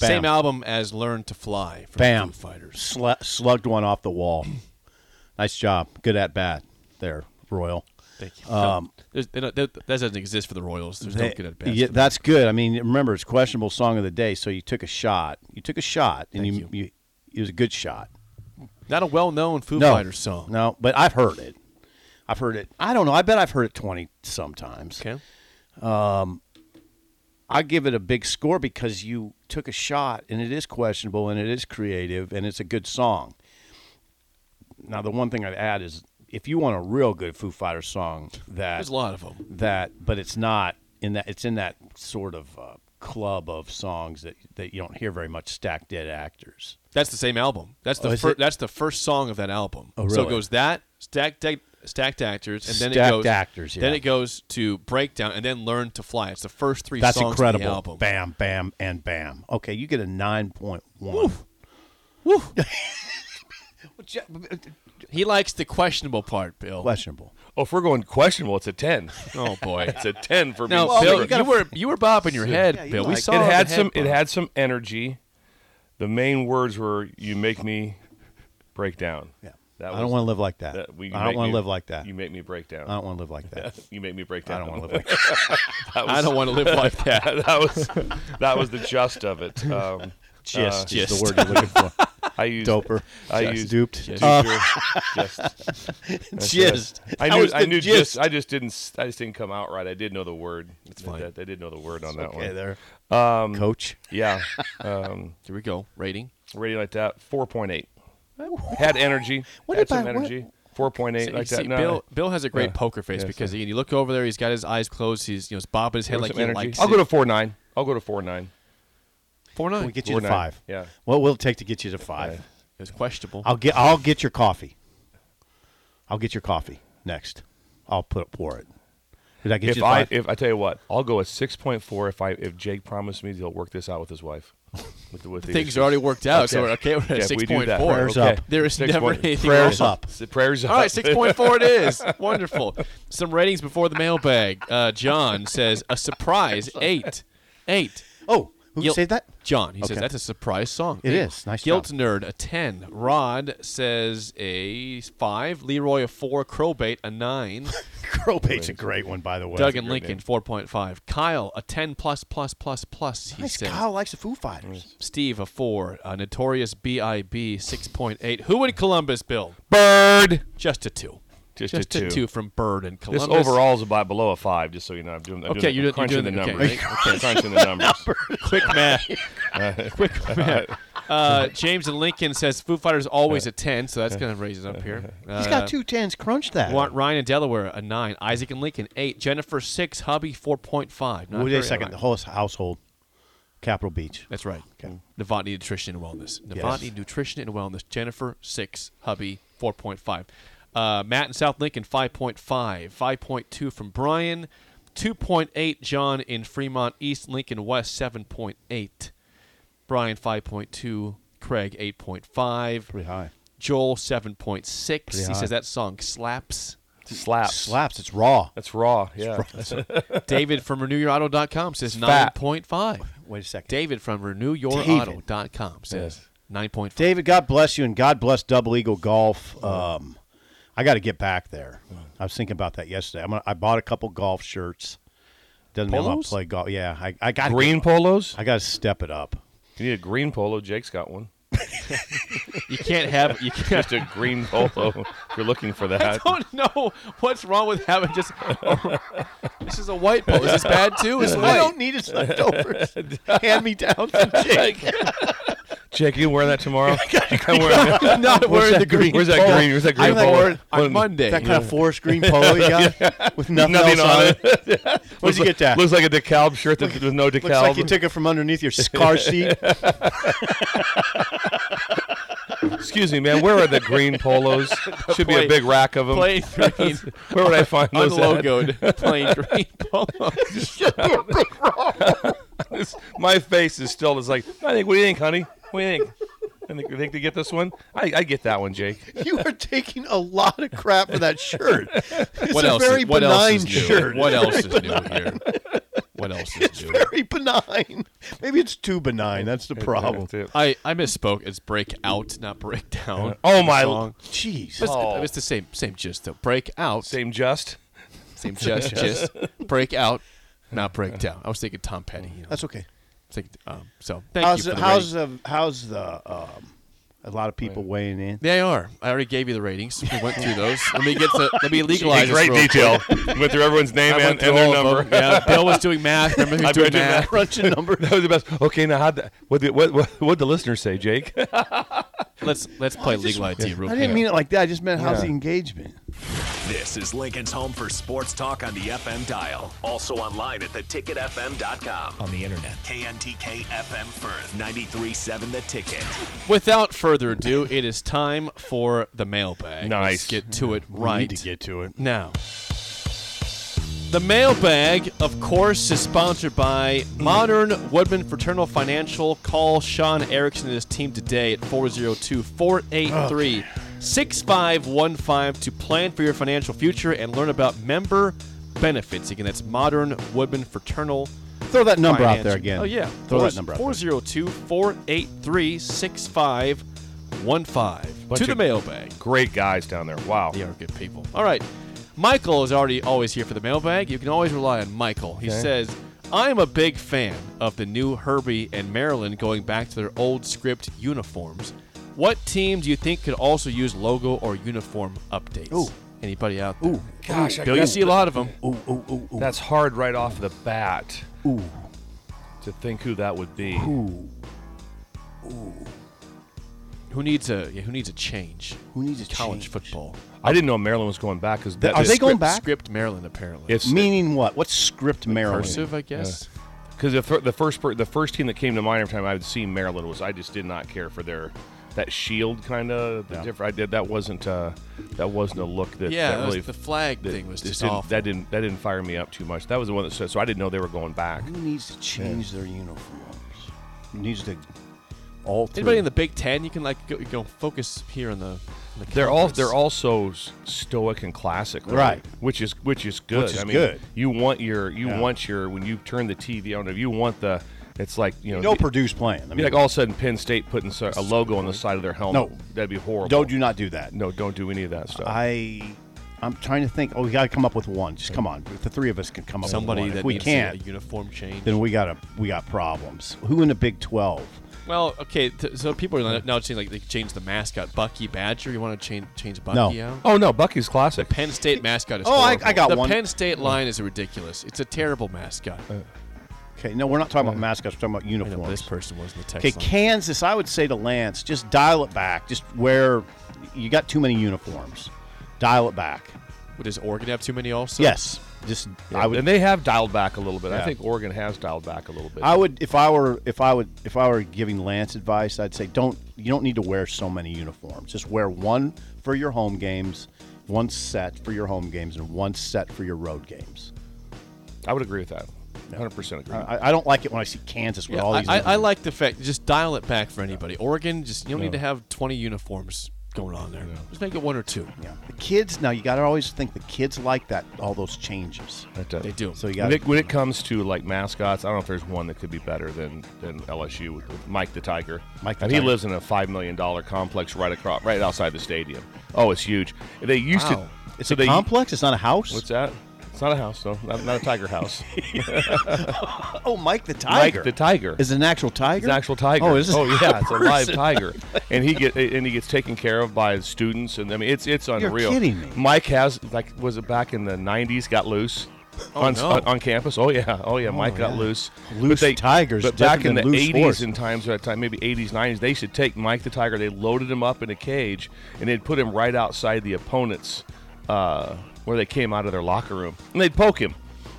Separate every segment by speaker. Speaker 1: Bam.
Speaker 2: Same album as "Learn to Fly" from
Speaker 1: Bam.
Speaker 2: Foo Fighters.
Speaker 1: Slu- slugged one off the wall. nice job. Good at bat there, Royal.
Speaker 2: Thank you.
Speaker 1: Um,
Speaker 2: There's- they don't- that, that doesn't exist for the Royals. There's no
Speaker 1: Hey,
Speaker 2: good at best. for
Speaker 1: yeah,
Speaker 2: them.
Speaker 1: that's good. I mean, remember it's questionable song of the day, so you took a shot. You took a shot, and you, you it was a good shot.
Speaker 2: not a well-known Foo
Speaker 1: no,
Speaker 2: Fighters song.
Speaker 1: No, but I've heard it. I've heard it. I don't know. I bet I've heard it twenty sometimes.
Speaker 2: Okay.
Speaker 1: I give it a big score because you took a shot, and it is questionable, and it is creative, and it's a good song. Now, the one thing I'd add is if you want a real good Foo Fighters song that
Speaker 2: There's a lot of them.
Speaker 1: that, but it's not in that. It's in that sort of uh, club of songs that that you don't hear very much. Stack dead actors.
Speaker 2: That's the same album. That's the
Speaker 1: Oh, is
Speaker 2: fir-
Speaker 1: it?
Speaker 2: that's the first song of that album.
Speaker 1: Oh,
Speaker 2: So it
Speaker 1: really?
Speaker 2: goes that stacked Deck- stacked actors, and then
Speaker 1: Stacked
Speaker 2: it goes
Speaker 1: Actors,
Speaker 2: Then
Speaker 1: yeah.
Speaker 2: it goes to breakdown, and then learn to fly. It's the first three
Speaker 1: That's
Speaker 2: songs
Speaker 1: incredible.
Speaker 2: of the album.
Speaker 1: Bam, bam, and bam. Okay, you get a nine point one.
Speaker 2: He likes the questionable part, Bill.
Speaker 1: Questionable.
Speaker 3: Oh, if we're going questionable, it's a ten.
Speaker 2: Oh boy.
Speaker 3: It's a ten for
Speaker 2: Now,
Speaker 3: me.
Speaker 2: Bill,
Speaker 3: Sure.
Speaker 2: you, were you were bobbing your head, Bill. we saw
Speaker 3: it had
Speaker 2: the
Speaker 3: some.
Speaker 2: head
Speaker 3: It
Speaker 2: bob.
Speaker 3: had some energy. The main words were "You make me break down."
Speaker 1: Yeah.
Speaker 3: That
Speaker 1: I don't
Speaker 3: was-
Speaker 1: want to live like that.
Speaker 3: that- we- you
Speaker 1: I don't
Speaker 3: make
Speaker 1: want
Speaker 3: me-
Speaker 1: to live like that.
Speaker 3: You make me break down.
Speaker 1: I don't want to live like that.
Speaker 3: you make me break
Speaker 1: I
Speaker 3: down.
Speaker 1: don't want to live like that.
Speaker 2: I don't want to live like that.
Speaker 3: that was that was the gist of it. Um,
Speaker 1: Gist
Speaker 3: uh,
Speaker 1: is the word you're looking for.
Speaker 3: I used
Speaker 1: Doper.
Speaker 3: I
Speaker 1: Just
Speaker 3: used
Speaker 1: duped.
Speaker 3: Dupe
Speaker 1: Uh,
Speaker 3: your- just. That's
Speaker 1: Gist.
Speaker 3: it. I
Speaker 1: That
Speaker 3: knew.
Speaker 1: was
Speaker 3: I
Speaker 1: the
Speaker 3: knew.
Speaker 1: gist.
Speaker 3: Just. I just didn't. s- I just didn't come out right. I did know the word. It's
Speaker 2: fine.
Speaker 3: I, I did know the word on that
Speaker 1: Okay,
Speaker 3: one.
Speaker 1: there. Coach.
Speaker 3: Yeah. Um,
Speaker 2: Here we go. Rating.
Speaker 3: rating like that, four point eight. Had energy.
Speaker 1: What
Speaker 3: had
Speaker 1: about-
Speaker 3: some energy. Four point eight
Speaker 2: See-
Speaker 3: like
Speaker 2: see,
Speaker 3: that. No,
Speaker 2: Bill, Bill has a great
Speaker 3: Yeah.
Speaker 2: poker face
Speaker 3: Yeah,
Speaker 2: because again, you look over there, he's got his eyes closed, he's you know he's bobbing his
Speaker 3: there
Speaker 2: head
Speaker 3: was
Speaker 2: like
Speaker 3: some
Speaker 2: he
Speaker 3: energy.
Speaker 2: likes
Speaker 3: I'll
Speaker 2: it.
Speaker 3: go to four nine. I'll go to four nine.
Speaker 2: four nine.
Speaker 1: We get you
Speaker 3: Four
Speaker 1: to
Speaker 3: nine.
Speaker 1: five.
Speaker 3: Yeah.
Speaker 1: What will it take to get you to five?
Speaker 2: It's questionable.
Speaker 1: I'll get. I'll get your coffee. I'll get your coffee next. I'll put pour it. Did I get
Speaker 3: If
Speaker 1: you? to
Speaker 3: I
Speaker 1: five?
Speaker 3: if I tell you what, I'll go a six point four if I if Jake promised me he'll work this out with his wife. With, the- with the
Speaker 2: Things
Speaker 3: issues.
Speaker 2: are already worked out, so we're okay. We're at
Speaker 3: Okay, if
Speaker 2: six
Speaker 3: we do
Speaker 2: point
Speaker 3: that,
Speaker 2: four.
Speaker 1: Prayers
Speaker 3: okay.
Speaker 1: up.
Speaker 2: There is
Speaker 3: Six
Speaker 2: never
Speaker 3: point-
Speaker 2: anything
Speaker 1: prayers
Speaker 2: wrong.
Speaker 1: up.
Speaker 3: S- Prayers up.
Speaker 2: All right, six point four it is. Wonderful. Some ratings before the mailbag. Uh, John says a surprise eight, eight.
Speaker 1: Oh, who
Speaker 2: Guilt-
Speaker 1: said that?
Speaker 2: John. He says
Speaker 1: Okay.
Speaker 2: that's a surprise song.
Speaker 1: It
Speaker 2: It is
Speaker 1: is. Nice
Speaker 2: Guilt
Speaker 1: job.
Speaker 2: nerd a ten. Rod says a five. Leroy a four. Crowbait a nine.
Speaker 1: Crobate's a great one, by the way.
Speaker 2: Doug and Lincoln four point five. Kyle a ten plus plus plus plus. He
Speaker 1: Nice.
Speaker 2: says.
Speaker 1: Kyle likes the Foo Fighters.
Speaker 2: Steve a four. A notorious B.I.B. six point eight. Who in Columbus, Bill?
Speaker 3: Bird.
Speaker 2: Just a two.
Speaker 3: Just,
Speaker 2: Just
Speaker 3: a two.
Speaker 2: a two from Bird and
Speaker 3: This
Speaker 2: Columbus.
Speaker 3: overall is about below a five, just so you know. I'm doing. I'm
Speaker 2: Okay,
Speaker 3: doing,
Speaker 2: you're-
Speaker 3: I'm
Speaker 2: you're
Speaker 3: crunching
Speaker 2: doing
Speaker 3: the
Speaker 2: it, okay,
Speaker 3: numbers. Okay, crunching the numbers.
Speaker 2: quick math. quick math. Uh, James and Lincoln says Foo Fighters always a ten, so that's gonna raise it up here. Uh,
Speaker 1: He's got two tens. Crunch that.
Speaker 2: Want Ryan and Delaware a nine. Isaac and Lincoln eight. Jennifer six. Hubby four point five.
Speaker 1: Wait a second. The whole household. Capitol Beach.
Speaker 2: That's right. Novotny Nutrition and Wellness. Novotny Nutrition and Wellness. Jennifer six. Hubby four point five. Uh, Matt and South Lincoln five point five. Five point two from Brian. Two point eight John in Fremont East. Lincoln West seven point eight. Brian five point two. Craig eight point five.
Speaker 1: Pretty high.
Speaker 2: Joel seven point six. He
Speaker 1: high.
Speaker 2: says that song slaps.
Speaker 3: Slaps.
Speaker 1: Slaps. It's raw.
Speaker 3: That's raw. Yeah.
Speaker 2: David from renewyourauto.com says nine
Speaker 3: fat.
Speaker 2: point five.
Speaker 1: Wait a second.
Speaker 2: David from renewyourauto.com says
Speaker 3: Yes.
Speaker 2: nine point five.
Speaker 1: David, God bless you, and God bless Double Eagle Golf. Um, I got to get back there. I was thinking about that yesterday. I'm gonna, I bought a couple golf shirts. Doesn't mean I'm gonna
Speaker 3: Polos?
Speaker 1: play golf. Yeah, I, I got
Speaker 3: Green polos.
Speaker 1: I got to step it up.
Speaker 3: You need a green polo. Jake's got one.
Speaker 2: You can't have you can't.
Speaker 3: Just a green polo. if you're looking for
Speaker 2: I
Speaker 3: that.
Speaker 2: don't know what's wrong with having just. this is a white pole. Is this bad too? It's white.
Speaker 1: need his leftovers. Hand me down from Jake.
Speaker 3: Jake, you wear that tomorrow? I'm wearing that.
Speaker 2: not wearing the green.
Speaker 3: Where's that
Speaker 2: pole
Speaker 3: green? Where's that green
Speaker 2: I'm like,
Speaker 3: polo?
Speaker 2: we're-
Speaker 3: One-
Speaker 2: on Monday.
Speaker 1: That kind of forest green polo you got with nothing,
Speaker 3: Nothing
Speaker 1: else
Speaker 3: on
Speaker 1: on
Speaker 3: it.
Speaker 1: it. Where'd you get that?
Speaker 3: Looks like a DeKalb shirt that, with no DeKalb.
Speaker 1: Looks like you took it from underneath your car seat.
Speaker 3: Excuse me, man. Where are the green polos? Should be
Speaker 2: Play-
Speaker 3: a big rack of them.
Speaker 2: plain green,
Speaker 3: Where would I find those? at?
Speaker 2: unlogoed plain green polo.
Speaker 3: This- My face is still just like. I think. What do you think, honey? What do you think? I think, you think they get this one. I, I get that one, Jake.
Speaker 1: you are taking a lot of crap for that shirt. It's
Speaker 2: what
Speaker 1: a
Speaker 2: else?
Speaker 1: very
Speaker 2: is, what
Speaker 1: benign
Speaker 2: else is new?
Speaker 1: shirt.
Speaker 2: What else is new here? What what else is new.
Speaker 1: Very benign. Maybe it's too benign. That's the problem.
Speaker 3: That's it.
Speaker 2: I, I misspoke. It's break out, not break down.
Speaker 3: Oh my!
Speaker 2: Song.
Speaker 1: Jeez.
Speaker 2: But it's,
Speaker 1: Oh.
Speaker 2: it's the same same gist though. Break out, same,
Speaker 3: Same just.
Speaker 2: gist, gist. Break out, not break down. I was thinking Tom Petty. You know.
Speaker 1: That's okay.
Speaker 2: Thinking, um, so thank
Speaker 1: How's
Speaker 2: you for
Speaker 1: the,
Speaker 2: the
Speaker 1: how's
Speaker 2: rating.
Speaker 1: the how's the um, a lot of people weighing in.
Speaker 2: They are. I already gave you the ratings. We went through those. Let me get the. Let me legalize
Speaker 3: In
Speaker 2: this
Speaker 3: great
Speaker 2: real quick.
Speaker 3: detail. Went through everyone's name
Speaker 2: I
Speaker 3: and,
Speaker 2: went through
Speaker 3: and their
Speaker 2: all of
Speaker 3: number.
Speaker 2: them. Yeah, Bill was doing math. Remember he was
Speaker 3: I
Speaker 2: doing
Speaker 3: bet you
Speaker 2: math.
Speaker 1: Crunching number.
Speaker 3: That was the best. Okay, now how what did what what what the listeners say, Jake?
Speaker 2: Let's let's play legal ID real
Speaker 1: I
Speaker 2: quick.
Speaker 1: didn't mean it like that. I just meant how's
Speaker 3: Yeah.
Speaker 1: the engagement.
Speaker 4: This is Lincoln's home for sports talk on the FM dial. Also online at theticketfm.com. On the internet. KNTK FM Firth, 937 The Ticket.
Speaker 2: Without further ado, it is time for the mailbag. Let's
Speaker 3: Nice.
Speaker 2: get to it right
Speaker 1: Need to get to it.
Speaker 2: now. The mailbag, of course, is sponsored by Modern Woodman Fraternal Financial. Call Sean Erickson and his team today at 402 483 6515 to plan for your financial future and learn about member benefits. Again, that's Modern Woodman Fraternal
Speaker 1: Throw that number out there
Speaker 2: Financial.
Speaker 1: again.
Speaker 2: Oh, yeah.
Speaker 1: Throw
Speaker 2: Four-
Speaker 1: that number out. there.
Speaker 2: 402 483 6515.
Speaker 3: Bunch
Speaker 2: To the
Speaker 3: of-
Speaker 2: mailbag.
Speaker 3: Great guys down there. Wow.
Speaker 2: They are good people. All right. Michael is already always here for the mailbag. You can always rely on Michael. He says, I'm a big fan of the new Herbie and Maryland going back to their old script uniforms. What team do you think could also use logo or uniform updates?
Speaker 1: Ooh.
Speaker 2: Anybody out there?
Speaker 3: Gosh, I
Speaker 2: Bill, you
Speaker 3: guess
Speaker 2: see a lot of them.
Speaker 1: Ooh, ooh, ooh, ooh.
Speaker 3: that's hard right off the bat
Speaker 1: ooh.
Speaker 3: to think who that would be.
Speaker 1: Ooh.
Speaker 2: Who needs a yeah, who needs a change?
Speaker 1: Who needs a
Speaker 2: College
Speaker 1: change?
Speaker 2: football.
Speaker 3: I didn't know Maryland was going back because
Speaker 1: Are they going back?
Speaker 2: Script Maryland apparently.
Speaker 3: It's
Speaker 1: Meaning what? What's script Maryland?
Speaker 2: cursive, I guess.
Speaker 3: because the, fir- the first per- the first team that came to mind every time I would see Maryland was I just did not care for their that shield kind of the
Speaker 1: Yeah.
Speaker 3: different. I did that wasn't uh, that wasn't a look that
Speaker 2: yeah,
Speaker 3: that
Speaker 2: that was-
Speaker 3: really
Speaker 2: the flag
Speaker 3: that
Speaker 2: thing was just
Speaker 3: didn't,
Speaker 2: awful.
Speaker 3: that didn't that didn't fire me up too much. That was the one that said so I didn't know they were going back.
Speaker 1: Who needs to change their uniforms? Who needs to alter?
Speaker 2: Anybody in the Big Ten, you can like go, go focus here on the. on the
Speaker 3: They're all
Speaker 2: conference.
Speaker 3: they're all so s- stoic and classic, really,
Speaker 1: Right.
Speaker 3: Which is which is good.
Speaker 1: Which is
Speaker 3: I mean,
Speaker 1: good.
Speaker 3: You want your you
Speaker 1: Yeah.
Speaker 3: want your when you turn the TV on, if you want the it's like you know.
Speaker 1: no
Speaker 3: it'd be-
Speaker 1: Purdue's playing. I
Speaker 3: be
Speaker 1: mean,
Speaker 3: like all of a sudden Penn State putting so- a logo on the side of their helmet.
Speaker 1: No.
Speaker 3: that'd be
Speaker 2: oh,
Speaker 3: horrible.
Speaker 1: don't do not do that.
Speaker 3: No, don't do any of that stuff.
Speaker 1: I, I'm trying to think. Oh, we got to come up with one. Just come on. If the three of us can come up
Speaker 2: somebody
Speaker 1: with one.
Speaker 2: that
Speaker 1: if we
Speaker 2: needs
Speaker 1: can't,
Speaker 2: a uniform change.
Speaker 1: then we got a we got problems. Who in the Big Twelve?
Speaker 2: Well, okay, t- so people are now saying like they change the mascot, Bucky Badger. You want to change change Bucky
Speaker 1: No.
Speaker 2: out?
Speaker 3: oh no, Bucky's classic.
Speaker 2: Penn State mascot is.
Speaker 1: Oh, I-
Speaker 2: horrible.
Speaker 1: I got
Speaker 2: the
Speaker 1: one.
Speaker 2: Penn State line is ridiculous. It's a terrible mascot.
Speaker 1: Okay, no, we're not talking about mascots. We're talking about
Speaker 2: I know
Speaker 1: uniforms.
Speaker 2: but this person was in the
Speaker 1: Okay,
Speaker 2: text line.
Speaker 1: Kansas, I would say to Lance, just dial it back. Just wear, you got too many uniforms. Dial it back.
Speaker 2: Well, Does Oregon have too many also?
Speaker 1: Yes, just I would.
Speaker 3: and they have dialed back a little bit.
Speaker 1: Yeah.
Speaker 3: I think Oregon has dialed back a little bit.
Speaker 1: I would if I were if I would if I were giving Lance advice, I'd say don't you don't need to wear so many uniforms. Just wear one for your home games, one set for your home games, and one set for your road games.
Speaker 3: I would agree with that. 100 percent agree.
Speaker 1: I, I don't like it when I see Kansas with
Speaker 2: Yeah,
Speaker 1: all
Speaker 2: I,
Speaker 1: these.
Speaker 2: I, I like the fact just dial it back for anybody. Oregon, just you don't need to have twenty uniforms going on there. Just make it one or two.
Speaker 1: Yeah. The kids now you got to always think the kids like that all those changes.
Speaker 3: But, uh,
Speaker 2: They do.
Speaker 1: So you got
Speaker 3: When it, when it comes to like mascots, I don't know if there's one that could be better than than LSU with Mike the Tiger.
Speaker 1: Mike the
Speaker 3: and
Speaker 1: Tiger.
Speaker 3: he lives in a five million dollar complex right across, right outside the stadium. Oh, it's huge. They used
Speaker 2: Wow.
Speaker 3: to.
Speaker 1: it's
Speaker 3: so
Speaker 1: a
Speaker 3: they,
Speaker 1: complex. It's not a house.
Speaker 3: What's that? It's not a house, though. Not, not a tiger house.
Speaker 1: oh, Mike the Tiger.
Speaker 3: Mike the Tiger.
Speaker 1: Is it an actual tiger?
Speaker 3: It's an actual tiger.
Speaker 1: Oh, is it?
Speaker 3: yeah, it's a live
Speaker 1: person.
Speaker 3: tiger, and he get and he gets taken care of by his students, and I mean it's it's unreal.
Speaker 1: kidding me.
Speaker 3: Mike has like was it back in the '90s got loose. on,
Speaker 2: no.
Speaker 3: on, on campus, oh yeah, oh yeah, Mike got
Speaker 1: yeah.
Speaker 3: loose.
Speaker 1: Loose tigers
Speaker 3: but back in
Speaker 1: different
Speaker 3: the
Speaker 1: than loose
Speaker 3: '80s
Speaker 1: horse.
Speaker 3: and times that time, maybe '80s, '90s, they should take Mike the Tiger. They loaded him up in a cage and they'd put him right outside the opponents uh, where they came out of their locker room, and they'd poke him.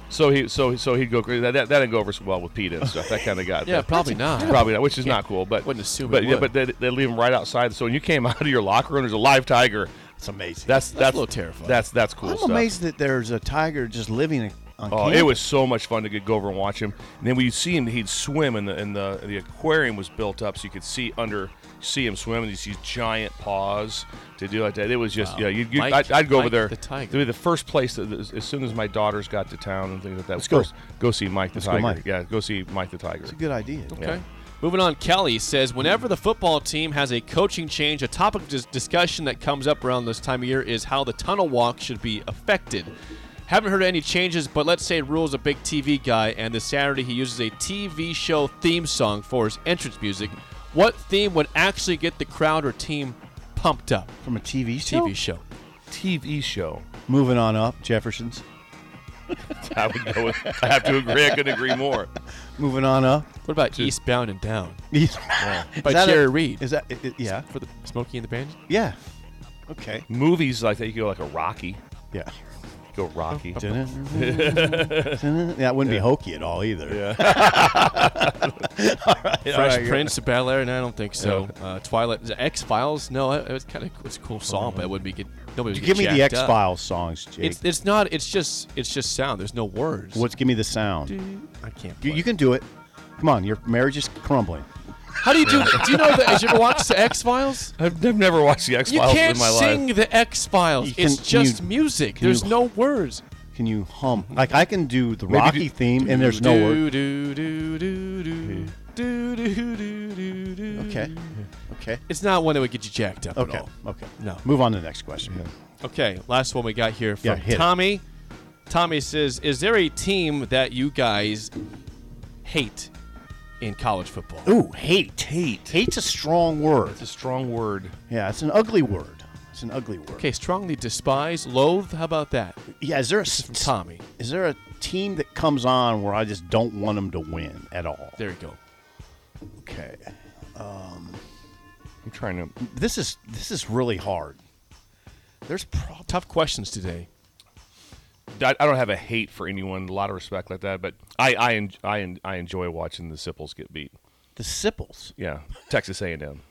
Speaker 3: So he, so so he'd go crazy. That, that, that didn't go over so well with Pete and stuff. That kind of got
Speaker 2: Yeah, probably not.
Speaker 3: Probably not, which is not cool. But
Speaker 2: Wouldn't assume
Speaker 3: But
Speaker 2: it
Speaker 3: yeah,
Speaker 2: would.
Speaker 3: but they, they leave him right outside. So when you came out of your locker room, there's a live tiger.
Speaker 1: It's amazing.
Speaker 3: That's that's,
Speaker 2: a little terrifying.
Speaker 3: That's that's cool.
Speaker 1: I'm
Speaker 3: stuff.
Speaker 1: amazed that there's a tiger just living on
Speaker 3: Oh,
Speaker 1: camp?
Speaker 3: it was so much fun to get go over and watch him. And then we'd see him; he'd swim, and the and the the aquarium was built up so you could see under, see him swim, and you see giant paws to do like that. It was just yeah. You'd, you'd,
Speaker 2: Mike-
Speaker 3: I'd, I'd go over
Speaker 2: Mike
Speaker 3: there.
Speaker 2: the Tiger.
Speaker 3: It'd be the first place that, as, as soon as my daughters got to town and things like that.
Speaker 1: Let's go.
Speaker 3: first, go see Mike the
Speaker 1: Let's go,
Speaker 3: Tiger.
Speaker 1: Mike.
Speaker 3: Yeah, go see Mike the Tiger.
Speaker 1: It's a good idea.
Speaker 2: Okay. Moving on, Kelly says whenever the football team has a coaching change, a topic of dis- discussion that comes up around this time of year is how the tunnel walk should be affected. Haven't heard any changes, but let's say Rule's a big TV guy, and this Saturday he uses a TV show theme song for his entrance music. What theme would actually get the crowd or team pumped up?
Speaker 1: From a TV show.
Speaker 2: TV show.
Speaker 3: TV show.
Speaker 1: Moving on up, Jefferson's.
Speaker 3: I would go with. I have to agree. I couldn't agree more.
Speaker 1: Moving on up.
Speaker 2: What about Eastbound and Down
Speaker 1: Is
Speaker 2: by
Speaker 1: that a-
Speaker 2: Jerry Reed
Speaker 1: Is that? i- i- yeah.
Speaker 2: for the Smokey and the Bandit?
Speaker 1: Yeah. Okay.
Speaker 3: Movies like that. You go like a Rocky.
Speaker 1: Yeah.
Speaker 3: Go Rocky.
Speaker 1: that wouldn't be hokey at all either. Yeah.
Speaker 2: Fresh
Speaker 1: Alright,
Speaker 2: Prince of Bel Air, and I don't think so. Uh, Twilight, X Files. No, it it was kind of it's a cool song, but it wouldn't be good. Nobody would get
Speaker 1: Give me the
Speaker 2: jacked
Speaker 1: X
Speaker 2: up.
Speaker 1: Files songs, Jake.
Speaker 2: It's it's not. It's just it's just sound. There's no words.
Speaker 1: What's give me the sound?
Speaker 2: I can't.
Speaker 1: You,
Speaker 2: play.
Speaker 1: you can do it. Come on, your marriage is crumbling.
Speaker 2: How do you do? do you know that? Have you ever watched the X Files?
Speaker 3: I've, I've never watched the X
Speaker 2: You
Speaker 3: Files
Speaker 2: can't
Speaker 3: in my life.
Speaker 2: sing the X Files.
Speaker 1: You
Speaker 2: It's
Speaker 1: can-
Speaker 2: just
Speaker 1: you-
Speaker 2: music.
Speaker 1: can you-
Speaker 2: There's no words.
Speaker 1: Can you hum? Like I can do the
Speaker 3: Maybe
Speaker 1: Rocky
Speaker 3: do-
Speaker 1: theme, and there's no word.
Speaker 2: do, do, do, do, do, do, do, do, do, do.
Speaker 1: Okay. Okay.
Speaker 2: It's not one that would get you jacked up at
Speaker 1: Okay.
Speaker 2: all.
Speaker 1: Okay.
Speaker 2: No.
Speaker 1: Move on to the next question.
Speaker 2: Okay, last one we got here
Speaker 1: Yeah,
Speaker 2: from
Speaker 1: hit it.
Speaker 2: Tommy. Tommy says, "Is there a team that you guys hate in college football?"
Speaker 1: Ooh, hate. Hate. Hate's a strong word.
Speaker 3: It's a strong word.
Speaker 1: Yeah, it's an ugly word. It's an ugly word.
Speaker 2: Okay, strongly despise, loathe. How about that,
Speaker 1: Yeah, is there a
Speaker 2: from
Speaker 1: s-
Speaker 2: Tommy?
Speaker 1: Is there a team that comes on where I just don't want them to win at all?
Speaker 2: There you go.
Speaker 1: Okay.
Speaker 3: I'm trying to.
Speaker 1: This is this is really hard. There's pro-
Speaker 2: Tough questions today.
Speaker 3: I I don't have a hate for anyone. A lot of respect like that, but I I en- I, en- I enjoy watching the Sipples get beat.
Speaker 1: the Sipples.
Speaker 3: Yeah, Texas A&M.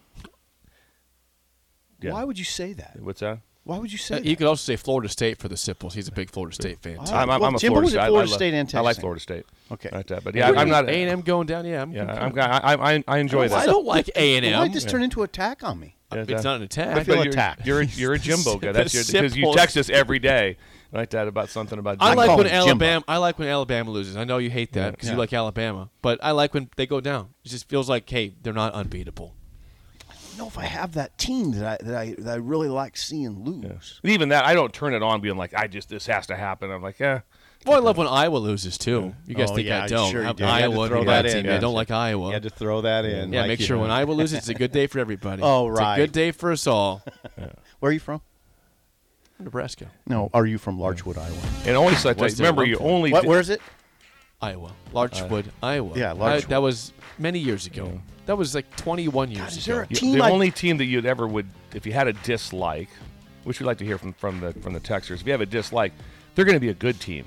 Speaker 3: Yeah.
Speaker 1: Why would you say that?
Speaker 3: What's that?
Speaker 1: Why would you say
Speaker 2: Uh,
Speaker 1: that?
Speaker 2: you could also say Florida State for the Sipples. He's a big Florida State fan.
Speaker 1: Wow.
Speaker 2: too.
Speaker 3: I'm, I'm,
Speaker 1: well,
Speaker 3: I'm a
Speaker 1: Jimbo
Speaker 3: Florida
Speaker 1: was at
Speaker 3: State. I- I
Speaker 1: Florida
Speaker 3: love-
Speaker 1: State and
Speaker 3: I like
Speaker 1: Texas.
Speaker 3: Florida State.
Speaker 1: Okay.
Speaker 3: Like that, but yeah, I'm not.
Speaker 2: A and M going down. Yeah, I'm.
Speaker 3: yeah, I'm. I, I, I- I enjoy
Speaker 2: I
Speaker 3: that.
Speaker 2: don't like A and
Speaker 1: Why did
Speaker 2: M.
Speaker 1: this turn into attack on me?
Speaker 3: Yeah,
Speaker 2: It's not an attack.
Speaker 1: I feel
Speaker 3: But you're-
Speaker 1: attacked.
Speaker 3: You're, a- you're a Jimbo guy. That's your
Speaker 2: The
Speaker 3: because you
Speaker 2: Sipples.
Speaker 3: text us every day like that about something about.
Speaker 2: I
Speaker 3: Jimbo.
Speaker 2: like
Speaker 1: call
Speaker 2: when
Speaker 1: him Jimbo.
Speaker 2: Alabama. I like when Alabama loses. I know you hate that because
Speaker 1: Yeah.
Speaker 2: you like Alabama, but I like when they go down. It just feels like, hey, they're not unbeatable.
Speaker 1: I don't know if I have that team that I that I, that I really like seeing lose.
Speaker 3: And even that. I don't turn it on being like I just this has to happen. I'm like yeah.
Speaker 2: Well, I love when Iowa loses too. You guys
Speaker 1: Oh,
Speaker 2: think
Speaker 1: yeah,
Speaker 2: I don't?
Speaker 1: sure you
Speaker 2: I-
Speaker 1: do. You had to
Speaker 2: Iowa,
Speaker 1: throw
Speaker 2: throw
Speaker 1: that
Speaker 2: that team.
Speaker 1: in,
Speaker 2: I
Speaker 1: yeah.
Speaker 2: don't like Iowa.
Speaker 1: You had to throw that in.
Speaker 2: yeah,
Speaker 1: like,
Speaker 2: make
Speaker 1: you
Speaker 2: sure
Speaker 1: know.
Speaker 2: when Iowa loses, it's a good day for everybody.
Speaker 1: Oh,
Speaker 2: It's
Speaker 1: right.
Speaker 2: a good day for us all.
Speaker 1: Where are you from?
Speaker 2: Nebraska,
Speaker 1: No, are you from Larchwood, Iowa?
Speaker 3: And only like
Speaker 2: Was
Speaker 3: that.
Speaker 2: there
Speaker 3: Remember,
Speaker 2: one
Speaker 3: you
Speaker 2: point?
Speaker 3: only.
Speaker 1: What?
Speaker 3: did-
Speaker 1: Where is it?
Speaker 2: Iowa, Larchwood,
Speaker 1: Uh,
Speaker 2: Iowa.
Speaker 1: Yeah,
Speaker 2: I-
Speaker 1: Larchwood.
Speaker 2: that was many years ago. That was like 21 years
Speaker 1: is
Speaker 2: ago.
Speaker 1: there a
Speaker 3: You-
Speaker 1: team
Speaker 3: the
Speaker 1: I-
Speaker 3: only team that you'd ever would, if you had a dislike, which we'd like to hear from from the from the Texers, if you have a dislike, they're going to be a good team.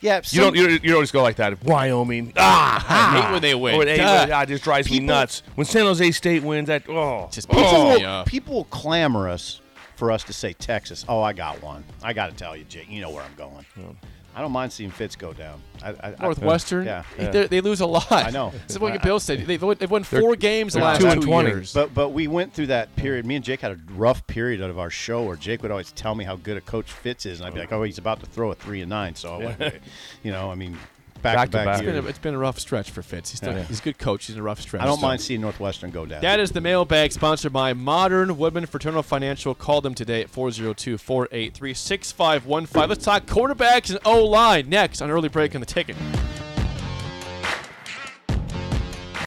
Speaker 1: Yeah,
Speaker 3: You
Speaker 1: some-
Speaker 3: don't you, don't- you don't just go like that. Wyoming, ah,
Speaker 2: I hate when they win.
Speaker 3: Or, hey,
Speaker 2: Duh.
Speaker 3: ah, it just drives me nuts. When San Jose State wins, that oh,
Speaker 2: Just
Speaker 3: oh.
Speaker 2: pisses
Speaker 1: people,
Speaker 2: me
Speaker 1: will,
Speaker 2: off.
Speaker 1: people will clamor us for us to say Texas. Oh, I got one. I got to tell you, Jake. You know where I'm going. I don't mind seeing Fitz go down. I, I, I-
Speaker 2: Northwestern.
Speaker 1: Yeah.
Speaker 2: They're- They lose a lot. I
Speaker 1: know.
Speaker 2: That's what Bill said. They've won, they've won 4 games the
Speaker 3: they're
Speaker 2: last
Speaker 3: two
Speaker 2: two,
Speaker 3: and 20.
Speaker 2: years.
Speaker 1: But but we went through that period. Me and Jake had a rough period out of our show where Jake would always tell me how good a coach Fitz is, and I'd be like, oh, he's about to throw a three and nine. So, I went, you know, I mean, back,
Speaker 3: Back
Speaker 1: to
Speaker 3: to
Speaker 1: back.
Speaker 3: back.
Speaker 2: it's, been a,
Speaker 1: years.
Speaker 2: it's been a rough stretch for Fitz. He's, done- he's a good coach. He's in a rough stretch.
Speaker 1: I don't
Speaker 2: So-
Speaker 1: mind seeing Northwestern go down.
Speaker 2: That is the mailbag sponsored by Modern Woodman Fraternal Financial. Call them today at 402 483 6515. Let's talk quarterbacks and O line next on Early Break on the Ticket.